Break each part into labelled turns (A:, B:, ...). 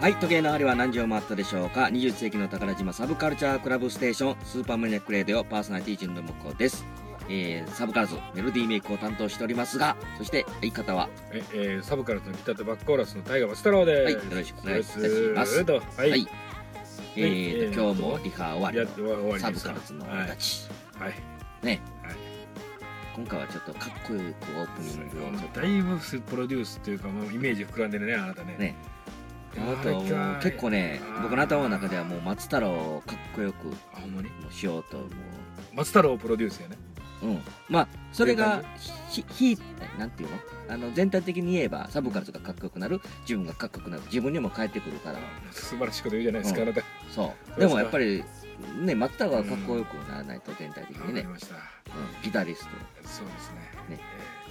A: はい時計の針は何時を回ったでしょうか20世紀の宝島サブカルチャークラブステーションスーパーマニアックレーディオパーソナリティ純の向こうです、えー、サブカルズメロディーメイクを担当しておりますがそして相方は
B: ええー、サブカルのギターとバックコーラスの大河松太郎です。
A: はいよろしくお願いいたします
B: よろしくはい。
A: は
B: はいい。
A: えー
B: えー
A: と今日もリハ終わり
B: やっ終
A: の
B: わ終わり
A: サ
B: で
A: ブ
B: す
A: カルズの俺たち、
B: はい。
A: ね
B: はい
A: 今回はちょっとかっこよくオープニングをちょっと
B: だいぶプロデュースっていうかもうイメージ膨らんでるねあなたね。
A: ね
B: いや。
A: あとはもう結構ね
B: あー
A: 僕の頭の中ではもう松太郎をかっこよくも
B: あほんまに
A: うしようとも
B: 松太郎プロデュースやね。
A: う、うん、まあそれ
B: っ
A: が
B: て
A: ひひえなんていうのあの全体的に言えばサブカルとかかっこよくなる自分がかっこよくなる自分にも返ってくるから
B: 素晴らしいこと言うじゃないですか、
A: うん
B: あなた。
A: そう
B: そう
A: で
B: で
A: す
B: か
A: もやっぱりね松太郎はかっこよくならないと全体的
B: わか
A: に
B: り
A: ね、
B: ました。
A: うん、ギタリス
B: そうですね。
A: ね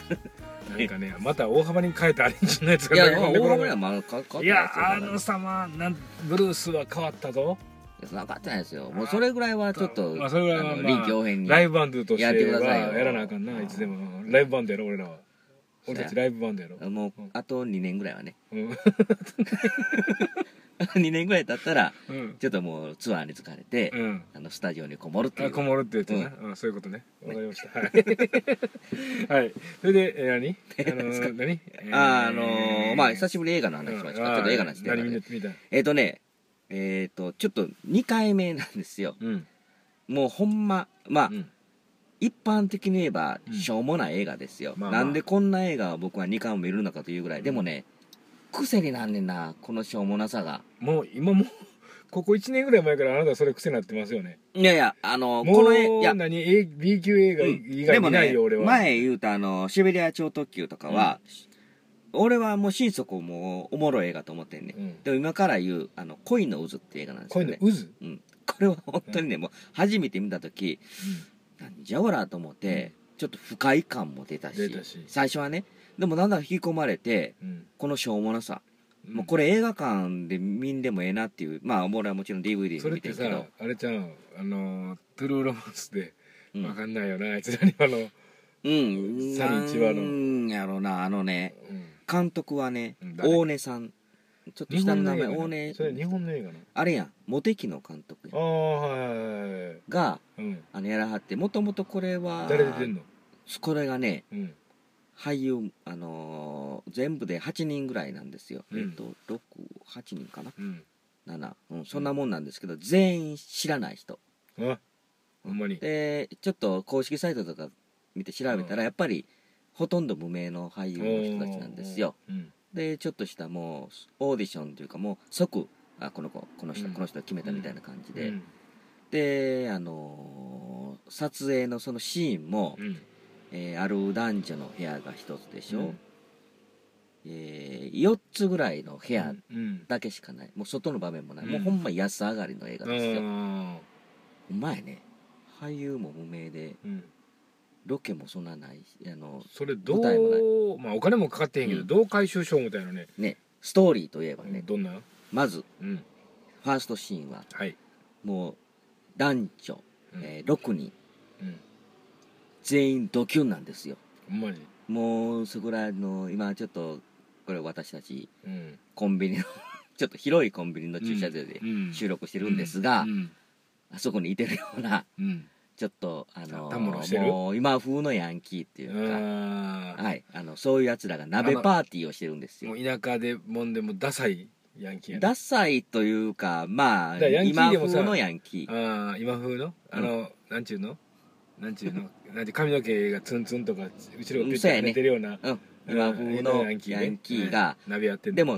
B: えーなんかねまた大幅に変えたアレンジのやつ
A: ト
B: が
A: いや
B: 流れ込
A: 大
B: んでこな
A: 幅にはまあかかっ
B: い
A: てないで
B: や
A: すよ
B: あ
A: まだ
B: の様なんブルースは変わったぞ
A: いやそんな分かってないですよもうそれぐらいはちょっと、
B: まあそれはまあ
A: の臨機応変に
B: ライブバンドとして
A: や
B: は
A: ってくださいよ
B: やらなあかん
A: う
B: なんいつでもライブバンドやろ俺らは俺たちライブバンドやろ、
A: もう
B: うん
A: あと2年ぐらいはね
B: うん
A: 2年ぐらい経ったら
B: うん
A: ちょっともうツアーに疲れて、
B: うん
A: あのスタジオにこもるってい
B: あ
A: う
B: こもるって言ってね、うんそういうことねわかり ましたはい、はい、それで、えー、何あのー何
A: あーあのーまあ久
B: し
A: しぶりに映画の話しましたちょっと映画の話で
B: 何見た見た
A: えっ、とねえっ、とちょっと2回目なんですよ
B: うん
A: もうほんままあ、
B: うん
A: 一般的に言えば
B: うん
A: しょうもない映画ですよ、
B: まあまあ
A: なんでこんな映画を僕は2回も見るのかというぐらい、でもね癖になんねんなこのしょうもなさが
B: もう 今もうここ1年ぐらい前からあなたそれ癖になってますよね
A: いやいやあの
B: も
A: この
B: う
A: いや
B: 何 A B 級映画以外見ないよ、
A: で
B: 俺
A: も
B: は
A: ね前言うたあのシベリア超特急とかは、俺はもう心底もうおもろい映画と思ってんね、
B: うん
A: でも今から言う「あの恋の渦」って映画なんですよ
B: 恋の
A: ね
B: 渦、
A: うん、これは本当にね、もう初めて見た時なんじゃおらと思って、ちょっと不快感も出たし
B: 出たし
A: 最初はねでもだんだん引き込まれて
B: うん
A: このしょうもなさ、
B: うん
A: もうこれ映画館で見んでもええなっていうまあ俺はもちろん DVD
B: そ
A: で見
B: れっ
A: て
B: て
A: る
B: さ
A: けど、
B: あれちゃんあのートゥルーロマンスで
A: う
B: わ
A: ん
B: かんないよな、あいつらにあの、
A: うん、
B: サリチワ
A: な
B: の
A: んやろなあのね監督はね
B: うん誰
A: 大根さんちょっと
B: 日
A: 下
B: 本
A: の
B: の
A: 名
B: 映
A: 前
B: 画
A: 大
B: なそれ日
A: 根
B: 本の映画な
A: あれやんモテキの監督
B: ああはいはいはいはい
A: が
B: うん
A: あのやらはってもともとこれは
B: 誰出てんの
A: これがね
B: うん
A: 俳優、あのー全部で8人ぐらいなんですよ、
B: うん
A: えっと68人かな
B: うん
A: 7、うん、そんなもんなんですけど、全員知らない人
B: あほんまに
A: でちょっと公式サイトとか見て調べた
B: うん
A: らやっぱりほとんど無名の俳優の人たちなんですよ
B: うん
A: でちょっとしたもうオーディションというかもう即あこの子この人、
B: うん
A: この人決めたみたいな感じで、
B: うん
A: であのー撮影のそのシーンも、
B: うん
A: えーある男女の部屋が一つでしょ、
B: うん
A: え4つぐらいの部屋
B: うん
A: だけしかないもう外の場面もない、
B: うん
A: もうほんま安上がりの映
B: あ
A: 画ですよ、
B: ー
A: うまいね俳優も無名で
B: うん
A: ロケもそんなないしあの
B: それど
A: 舞台もないう
B: まあお金もかかってへんけど
A: うん
B: どう回収しようみたいなね
A: ねストーリーといえばね、
B: どんな
A: まず
B: うん
A: ファーストシーンは
B: はい
A: もう男女、
B: うん
A: えー6人
B: うん
A: 全員ドキュンなんですよ
B: ほんまに
A: もうそこらの今ちょっとこれ私たち
B: うん
A: コンビニの ちょっと広いコンビニの駐車場で
B: うん
A: 収録してるんですが、
B: うん
A: あそこにいてるような
B: うん
A: ちょっとあの
B: あたむろしてる
A: もう今風のヤンキーっていううんか、
B: あー
A: はい、あのそういうやつらが鍋パーティーをしてるんです
B: も
A: よ
B: う田舎でもんでもダサいヤンキーやな
A: ダサいというかまあ
B: だからヤンキー
A: 今
B: でもさ
A: 風のヤンキー
B: ああ今風のあの、なんちゅうのなんちゅうのなんて髪の毛がツンツンとか後ろをピュッて
A: そうや
B: 跳
A: ね
B: ねてるような、
A: うん、今風のヤンキーが、
B: 鍋やってん
A: で
B: も、
A: も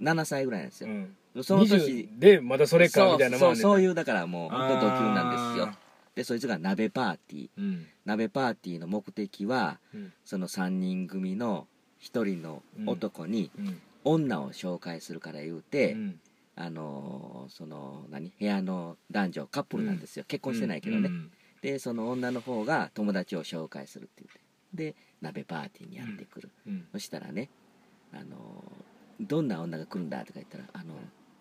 A: 27歳ぐらいなんです
B: う
A: よ、
B: ん、
A: その年
B: 20でまたそれかみたいな
A: そ
B: も
A: うん
B: ね
A: そうそう
B: う
A: いうだからもう本当ドキュンなんですよでそいつが鍋パーティー
B: うん
A: 鍋パーティーの目的は
B: うん
A: その3人組の1人の男に
B: うん
A: 女を紹介するから言うて、
B: うん
A: あのーその何部屋の男女カップルなんですよ、結婚してないけどね、
B: うん
A: でその女の方が友達を紹介するって言ってで鍋パーティーにやってくる、
B: うん
A: そしたらね、あのーどんな女が来るんだ?」とか言ったら「あの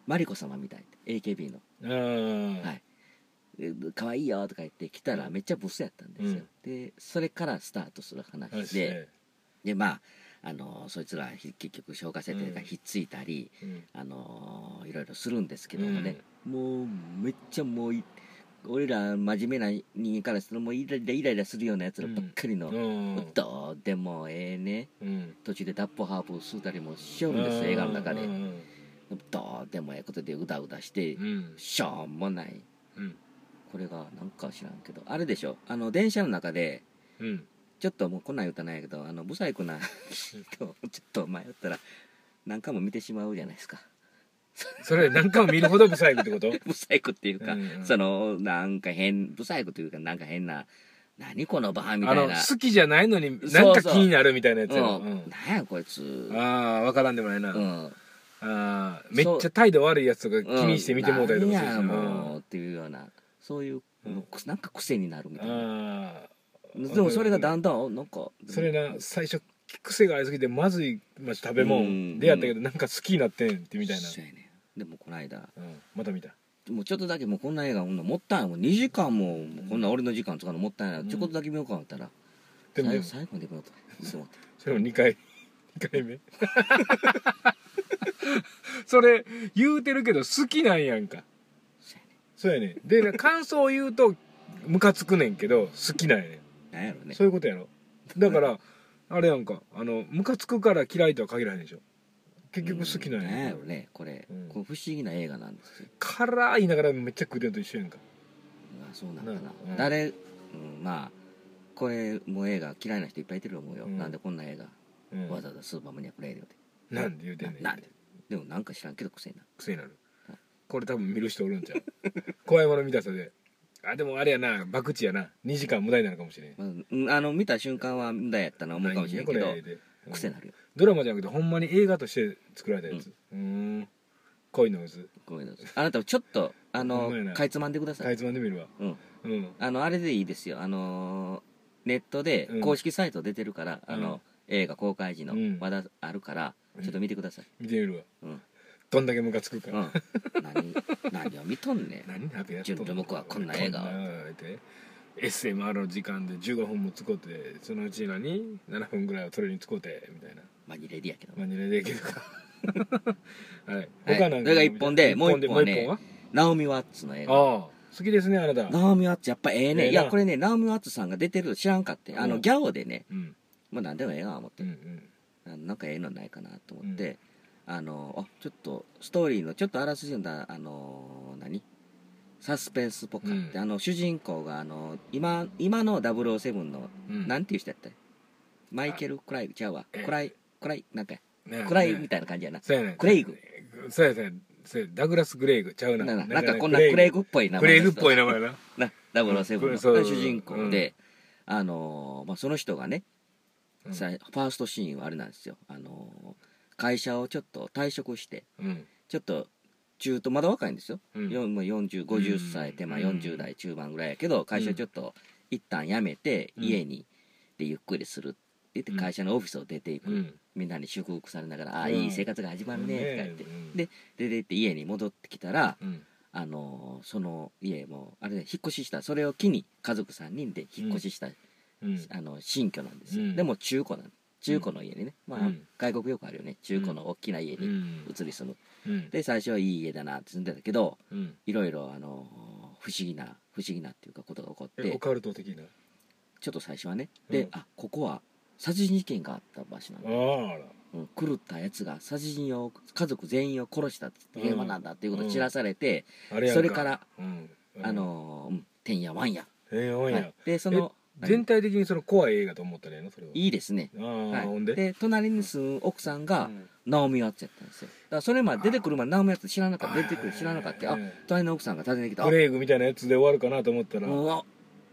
A: マリコ様みたい」AKB の
B: あー
A: はい「かわいいよ」とか言って来たらめっちゃブスやったんですよ、でそれからスタートする話で、
B: 話ね
A: でまああのそいつらひ結局消化生体が
B: うん
A: ひっついたり、
B: うん
A: あのいろいろするんですけどもね、もうめっちゃもうい俺ら真面目な人間からするともうイライライライラするようなやつらばっかりの、
B: うん
A: どうでもええね
B: うん
A: 途中でダッポハープ吸うたりもしよるんですよ映画の中で
B: うん
A: どうでもええことでうだうだして
B: うん
A: しょうもない
B: うん
A: これがなんか知らんけどあれでしょあの電車の中で
B: うん
A: ちょっともうこんなん言うたらないけどあのブサイクな人をちょっと迷ったら何回も見てしまうじゃないですか
B: それ何回も見るほど不細工ってこと
A: ブサイクっていうか、
B: うんうん
A: そのなんか変ブサイクというかなんか変な何このバーみた
B: あ
A: い
B: の
A: な
B: 好きじゃないのに
A: そ
B: な
A: うんそ
B: か
A: う
B: 気になるみたいなやつやろ
A: うんなんやこいつ
B: うんああ分からんでもないな、
A: うん
B: あーめっちゃ態度悪いやつとか気にして見てもうたりとか
A: うん
B: し
A: なんや
B: て
A: もうっていうようなそういうの、
B: うん
A: くなんか癖になるみたいな
B: あ
A: でもそれがだんだんなんか
B: ーそれな最初癖がありすぎてまずい、まあ、食べ
A: うん
B: 物出会ったけどなんか好きになってんってみたいな、
A: そうやねんでもこの間
B: うん、また見た
A: もうちょっとだけもうこんな映画おんのもったいないもう2時間もこんな俺の時間使うのもったいない、
B: うん
A: ちょこっとだけ見ようか思ったら
B: でも
A: 最後最後まで見ようとそう思って
B: それも2回2回目 それ言うてるけど好きなんやんか
A: そうやね
B: そうやねんで感想を言うとムカつくねんけど好きなんやねん
A: なんやろね
B: そういうことやろだからあれやんかあのムカつくから嫌いとは限らへんでしょ結局好きなん
A: う
B: や
A: んなん
B: ね
A: やろねこれ、
B: うん
A: これ不思議な映画なんですよ
B: 辛いながらめっちゃ食うてんのと一緒やんか
A: まあそうなんかな、
B: なうん
A: 誰、うん、まあこれもう映画嫌いな人いっぱいいてると思うよ、
B: うん
A: なんでこんな映画、
B: うん
A: わざわざスーパーマニアックレイディオで
B: なんで言うてんねん
A: ななんででもなんか知らんけど癖になる
B: 癖になるこれ多分見る人おるんちゃう怖いもの見たさであでもあれやな博打やな2時間無駄になるかもしれん
A: まあうん、あの見た瞬間は無駄やったな思うかもしれんけど
B: 何これうん
A: 癖になるよ
B: ドラマじゃなくてほんまに映画として作られたやつうーん恋の渦
A: ごめんなさいあなたもちょっとあ
B: ほ
A: の
B: んまやな
A: かいつまんでくださ
B: か
A: い、
B: いつまんで見るわ
A: うん、
B: うん
A: あのあれでいいですよあのーネットで
B: うん
A: 公式サイト出てるから、あ
B: うん
A: の映画公開時の
B: うん
A: まだあるから、ちょっと見てください、
B: 見てみるわ
A: うん
B: どんだけムカつく
A: う
B: か
A: ん、何何を見とんねん
B: 何だべやっ
A: ジュンと僕はこんな映画を
B: こんな言うて SMR の時間で15分も使うてそのうち何7分ぐらいはそれに使うてみたいな
A: マニレディやけど
B: マニラでいけるか はい
A: はい
B: 他なんか
A: それが一本でもう一本はね
B: もう
A: ナオミ・ワッツの映
B: 一
A: 画
B: 本はああ好きですねあなた
A: ナオミ・ワッツやっぱええね
B: ええない
A: やこれねナオミ・ワッツさんが出てるの知らんかってあ
B: う
A: の
B: ん
A: ギャオでね
B: うん
A: まあ何でもええな思っ
B: う
A: て
B: んうん
A: あのなんかええのないかなと思って、あのあちょっとストーリーのちょっとあらすじのだあの何サスペンスっぽくあって、
B: うん
A: あの主人公があの今今の007の、
B: うん
A: なんていう人やったっけマイケル・クライグちゃうわ
B: ええ
A: クライクライなんか
B: ね
A: クライ
B: ね
A: みたいな感じやな
B: そうやね
A: クレイグ
B: そうやそうやそうやダグラス・グレイグちゃうな
A: なんかなんかこんなクレイグっぽい名
B: ク
A: 前
B: レイ
A: の
B: グ
A: 人
B: っぽい名前な
A: なダブルセブン
B: う
A: の
B: んそう
A: 主人公で、あのーまあ、その人がね、
B: うん
A: さファーストシーンはあれなんですよ、あのー会社をちょっと退職して
B: うん
A: ちょっと中途まだ若いんですよ、
B: うん
A: よんまあ4050歳手前、
B: うん
A: 40代中盤ぐらいやけど会社ちょっと一旦辞めて、
B: うん
A: 家にでゆっくりするって言って
B: うん
A: 会社のオフィスを出ていく、
B: うん
A: みんなに祝福されながら「ああ
B: うん
A: いい生活が始まるね」とか言って、
B: うん
A: で出て行って家に戻ってきたら、
B: うん
A: あのーその家もあれで引っ越ししたそれを機に家族3人で引っ越しした、
B: うん
A: あの新居なんですよ、
B: うん
A: でも中古なん中古の家にね、まあ、
B: うん
A: 外国よくあるよね中古の大きな家
B: う
A: に
B: ん
A: 移り住む、
B: うん
A: で最初はいい家だなって住んでたけど
B: うん
A: いろいろあのー不思議な不思議なっていうかことが起こっ
B: えオ
A: て
B: カルト的な
A: ちょっと最初はねで、
B: うん
A: あここは殺人事件があった場所なんだ、
B: あら
A: うん狂ったやつが殺人を家族全員を殺したって平和なんだっていうことを知らされて、
B: あれやん
A: それから、
B: うんうん
A: あのーうん、てんやわんや
B: ええおい
A: は、
B: ない
A: でその
B: え全体的にその怖い映画と思ったらええのそれはい
A: いですね、
B: ああ、
A: はい
B: ほんで
A: 隣に住む奥さんが
B: うん
A: ナオミ・ワッツやったんですよだからそれまで出てくる前ナオミ・ワッツ知らなかった出てくる知らなかったあ
B: え
A: 隣の奥さんが訪ねてき
B: え
A: たあ
B: クレイグみたいなやつで終わるかなと思ったら
A: もうあ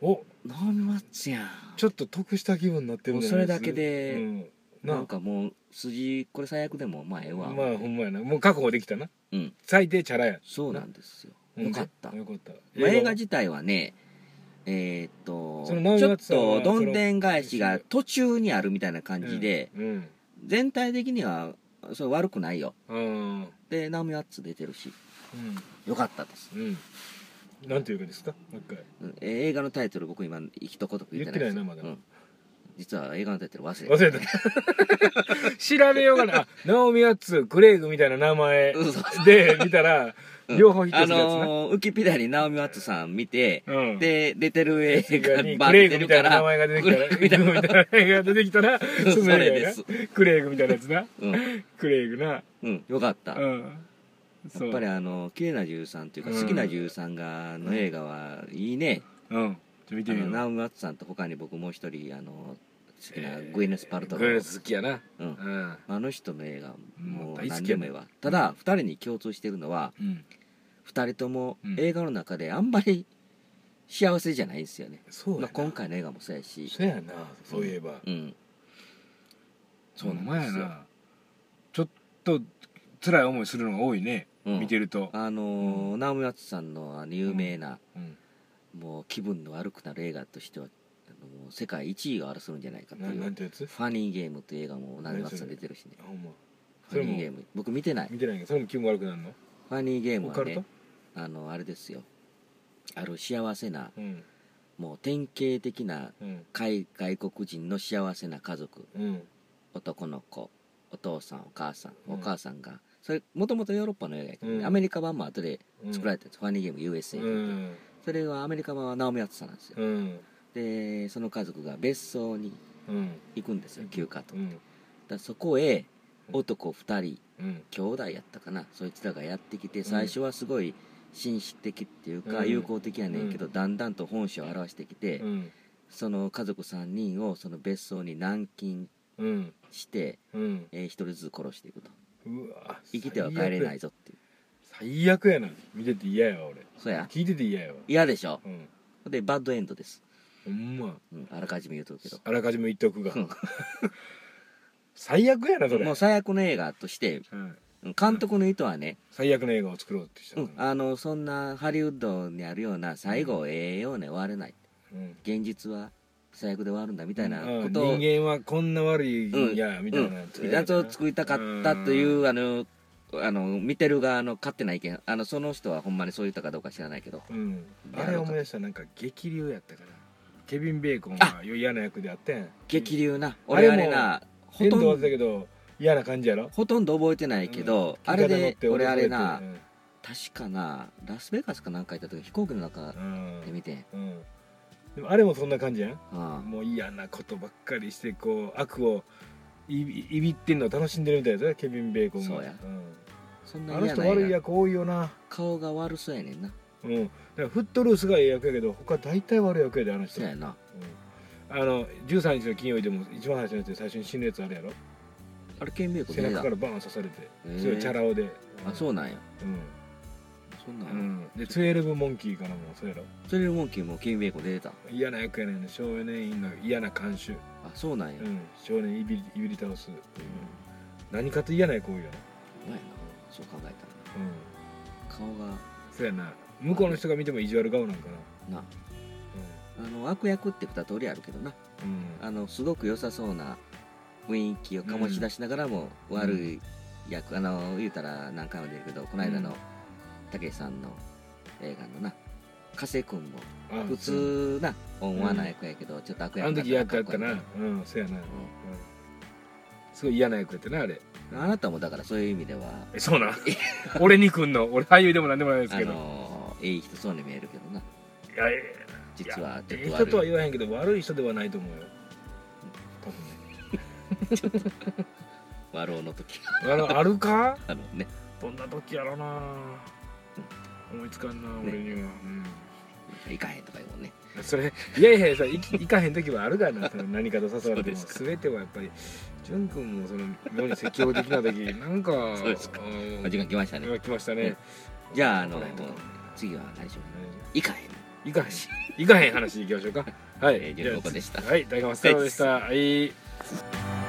B: お
A: ナオミ・ワッツやん
B: ちょっと得した気分になってるんじゃない
A: もうそれだけで
B: うんな
A: なんかもう筋これ最悪でもまあええ
B: ま
A: わ、
B: あほんまやなもう確保できたな
A: うん
B: 最低チャラや
A: そうなんですよ
B: ほん
A: よ
B: で
A: かった、ま
B: よかった
A: あ、映画
B: は
A: 自体はねえーっと
B: そのナオミ
A: ちょ
B: ワ
A: っ
B: ッツさんは
A: とどんでん返しが途中にあるみたいな感じで、
B: うん
A: 全体的にはそれ悪くないよ
B: うん
A: でナオミ・ワッツ出てるし
B: うん
A: よかったです
B: うんなんていうかですかもう一回
A: うんえー映画のタイトル僕今一言も言ってないです
B: 言ってないなまだ
A: うん実は映画のタイトル忘れ
B: 忘
A: て
B: れた 調べようがないあナオミ・アッツクレイグみたいな名前
A: うんそう
B: で見たら
A: うん
B: 両方ヒット
A: あ
B: するやつな、
A: のー、ウキピダにナオミ・ワッツさん見て、
B: うん、
A: で出てる映画
B: に
A: バー
B: ク
A: 出
B: レイ
A: て
B: グ
A: るか
B: みたいな
A: ら
B: 名前が出て
A: ク
B: きた
A: レ
B: ら
A: イ
B: ク
A: グみたいな
B: レイグみたいな映画が出てきたらその
A: それ
B: 映画
A: で
B: や
A: す
B: な、クレイグみたいなやつな
A: うん
B: クレイグな
A: うん、よかった、
B: う
A: や
B: んそう
A: っぱりあの綺麗な女優さんっていうか
B: うん
A: 好きな女優さんがの映画はいいね、
B: うんちょっと見て
A: あ
B: みよ
A: の
B: う
A: ナウム・アッツさんと他に僕もう一人あの好きな
B: えー
A: グエネス・パルトロ
B: グ
A: ー
B: エネス好きやな
A: うん
B: うん
A: あの人の映画も
B: もう
A: う
B: 大好きやね
A: 何でもええわただ2人に共通してるのは
B: うん
A: 2人とも
B: うん
A: 映画の中であんまり幸せじゃないんですよね、
B: そうや
A: ま
B: な
A: あ、今回の映画もそうやし
B: そうやなそういえば
A: うん
B: そうなんです
A: よ
B: なちょっと辛い思いするのが多いね
A: うん
B: 見てると
A: あのーナオミ・ワッツさんのあの有名な、
B: うん
A: もう気分の悪くなる映画としてはあのもう世界1位を争うんじゃないかと
B: ないなん
A: う
B: てやつ
A: ファニーゲームという映画も同じ
B: 何
A: ま
B: それ
A: さ出てるしね
B: あほんま
A: ファニーゲー
B: そ
A: ム僕見てない
B: 見てないけどそれも気分悪くなるの
A: ファニーゲーム
B: オ
A: は
B: カル
A: ね
B: ト
A: あのあれですよある幸せな
B: うん
A: もう典型的な
B: うん
A: 海外国人の幸せな家族
B: うん
A: 男の子お父さんお母さん、
B: うん
A: お母さんがそれもともとヨーロッパの映画やけどね、
B: うん
A: アメリカ版も後で
B: うん
A: 作られたんです、ファニーゲーム USA
B: う
A: で、
B: ん
A: それはアメリカ版はナオミ・アツさんなんですよ、
B: うん
A: でその家族が別荘に
B: うん
A: 行くんですよ休暇と、
B: う
A: だか
B: ん
A: らそこへ
B: うん
A: 男2人
B: うん
A: 兄弟やったかなそいつらがやってきて最初はすごい紳士的っていうか
B: うん
A: 友好的やねんけど、
B: う
A: だんだんと本性を表してきて、
B: うん
A: その家族3人をその別荘に軟禁
B: うん
A: して、
B: うん
A: えー、1人ずつ殺していくと
B: うわ
A: 生きては帰れないいぞっていう
B: 最悪やな見てて嫌やわ俺
A: そうや
B: 聞いてて嫌やわ
A: 嫌でしょ
B: うん
A: でバッドエンドです、
B: ほんま
A: うん、あらかじめ言うとくけど
B: あらかじめ言っとくが
A: うん
B: 最悪やなそれ
A: もう最悪の映画として
B: うん
A: うん監督の意図はね、
B: 最悪の映画を作ろうってし
A: う
B: た
A: ん、あのそんなハリウッドにあるような最後ええように終われない
B: うん
A: 現実は最悪で終わるんだみたいな
B: う
A: こ
B: ん
A: とを、うん
B: 人間はこんな悪いんやみたいな
A: やつを作りたかったといううあのあの見てる側の勝手な意見あのその人はほんまにそう言ったかどうか知らないけど
B: うんあれ思い出したなんか激流やったからケビン・ベーコンが嫌な役であってん
A: 激流な
B: うん
A: 俺あ
B: あれ
A: れ
B: も
A: なほ
B: 遠
A: と
B: 藤は
A: ん
B: だ
A: ど
B: けど嫌な感じやろ
A: ほとんど覚えてないけど、あれで俺あれな
B: うん
A: 確かなラスベガスかなんか行った時飛行機の中で見てん、
B: うんうんでもあれもそんな感じやん
A: うん、
B: もう嫌なことばっかりしてこう悪をいびいびってんのを楽しんでるみたいだよケビン・ベーコンが
A: そうや
B: ん
A: そんな
B: あの
A: 嫌
B: 人
A: な
B: 悪
A: 映
B: い
A: 画
B: 役多いよな
A: 顔が悪そうやねんな
B: うんだからフットルースがええ役やけど他大体悪い役やであの人
A: そうやな
B: うんあの13日の金曜日でも一番最初のやつで最初に死ぬやつあるやろ
A: あれケンビーコ
B: 背
A: 出て
B: 中
A: た
B: からバーン刺されて
A: へえ
B: すごいチャラ男で
A: あそううなんや
B: うん
A: そんなん
B: う
A: やろ、
B: んで12モンキーからもそうやろ
A: それよりモンキーもケンビーコ出てた
B: 嫌な役やねん少年院の嫌な監修
A: あそうなんや、
B: うん少年いびりいびり倒すうん何かと嫌な役多いよな
A: まやなそう考えたら
B: うん
A: 顔が
B: そうやな向こうの人が見ても意地悪顔なんかな
A: なあの悪役って二通りあるけどな
B: うん、
A: あのすごく良さそうな雰囲気を醸し出しながらも、
B: うん
A: 悪い役あの言うたら何回も出るけどこの間のたけしさんの映画のな加瀬君も
B: あ
A: 普通な温和な役やけど、ちょっと悪
B: そう
A: 役
B: あの時やったやった
A: か
B: な
A: こ
B: うんそうやな、うん
A: いい、
B: すごい嫌な役やったなあれ
A: うんあなたもだからそういう意味では
B: えそうなん 俺に来んの俺俳優でもなんでもないです
A: あ
B: けどい
A: のえい人そうに見えるけどな
B: やいや
A: 実はちょ
B: ええ
A: っ
B: 人
A: と
B: とは
A: 悪い
B: 言わへんけど悪い人ではないと思うよ多分ね
A: 和老の時
B: あのあるか
A: あのね
B: どんな時やろな思いつかんな俺には、
A: 行かへんとか言うもんね
B: うんそれいやいやさいき行かへん時はあるからなその何かと誘われても
A: そうですか
B: 全てはやっぱり潤君もその妙に積極的な時なんか
A: そうですか
B: ん
A: あ時間来ましたね
B: 来ましたね
A: ねじゃああの
B: こら辺とか
A: 次は何でしょう行かへん
B: 行かへん行かへん話いきましょうかはい
A: えー、じゃあここでした
B: はい大河松太郎でしたはい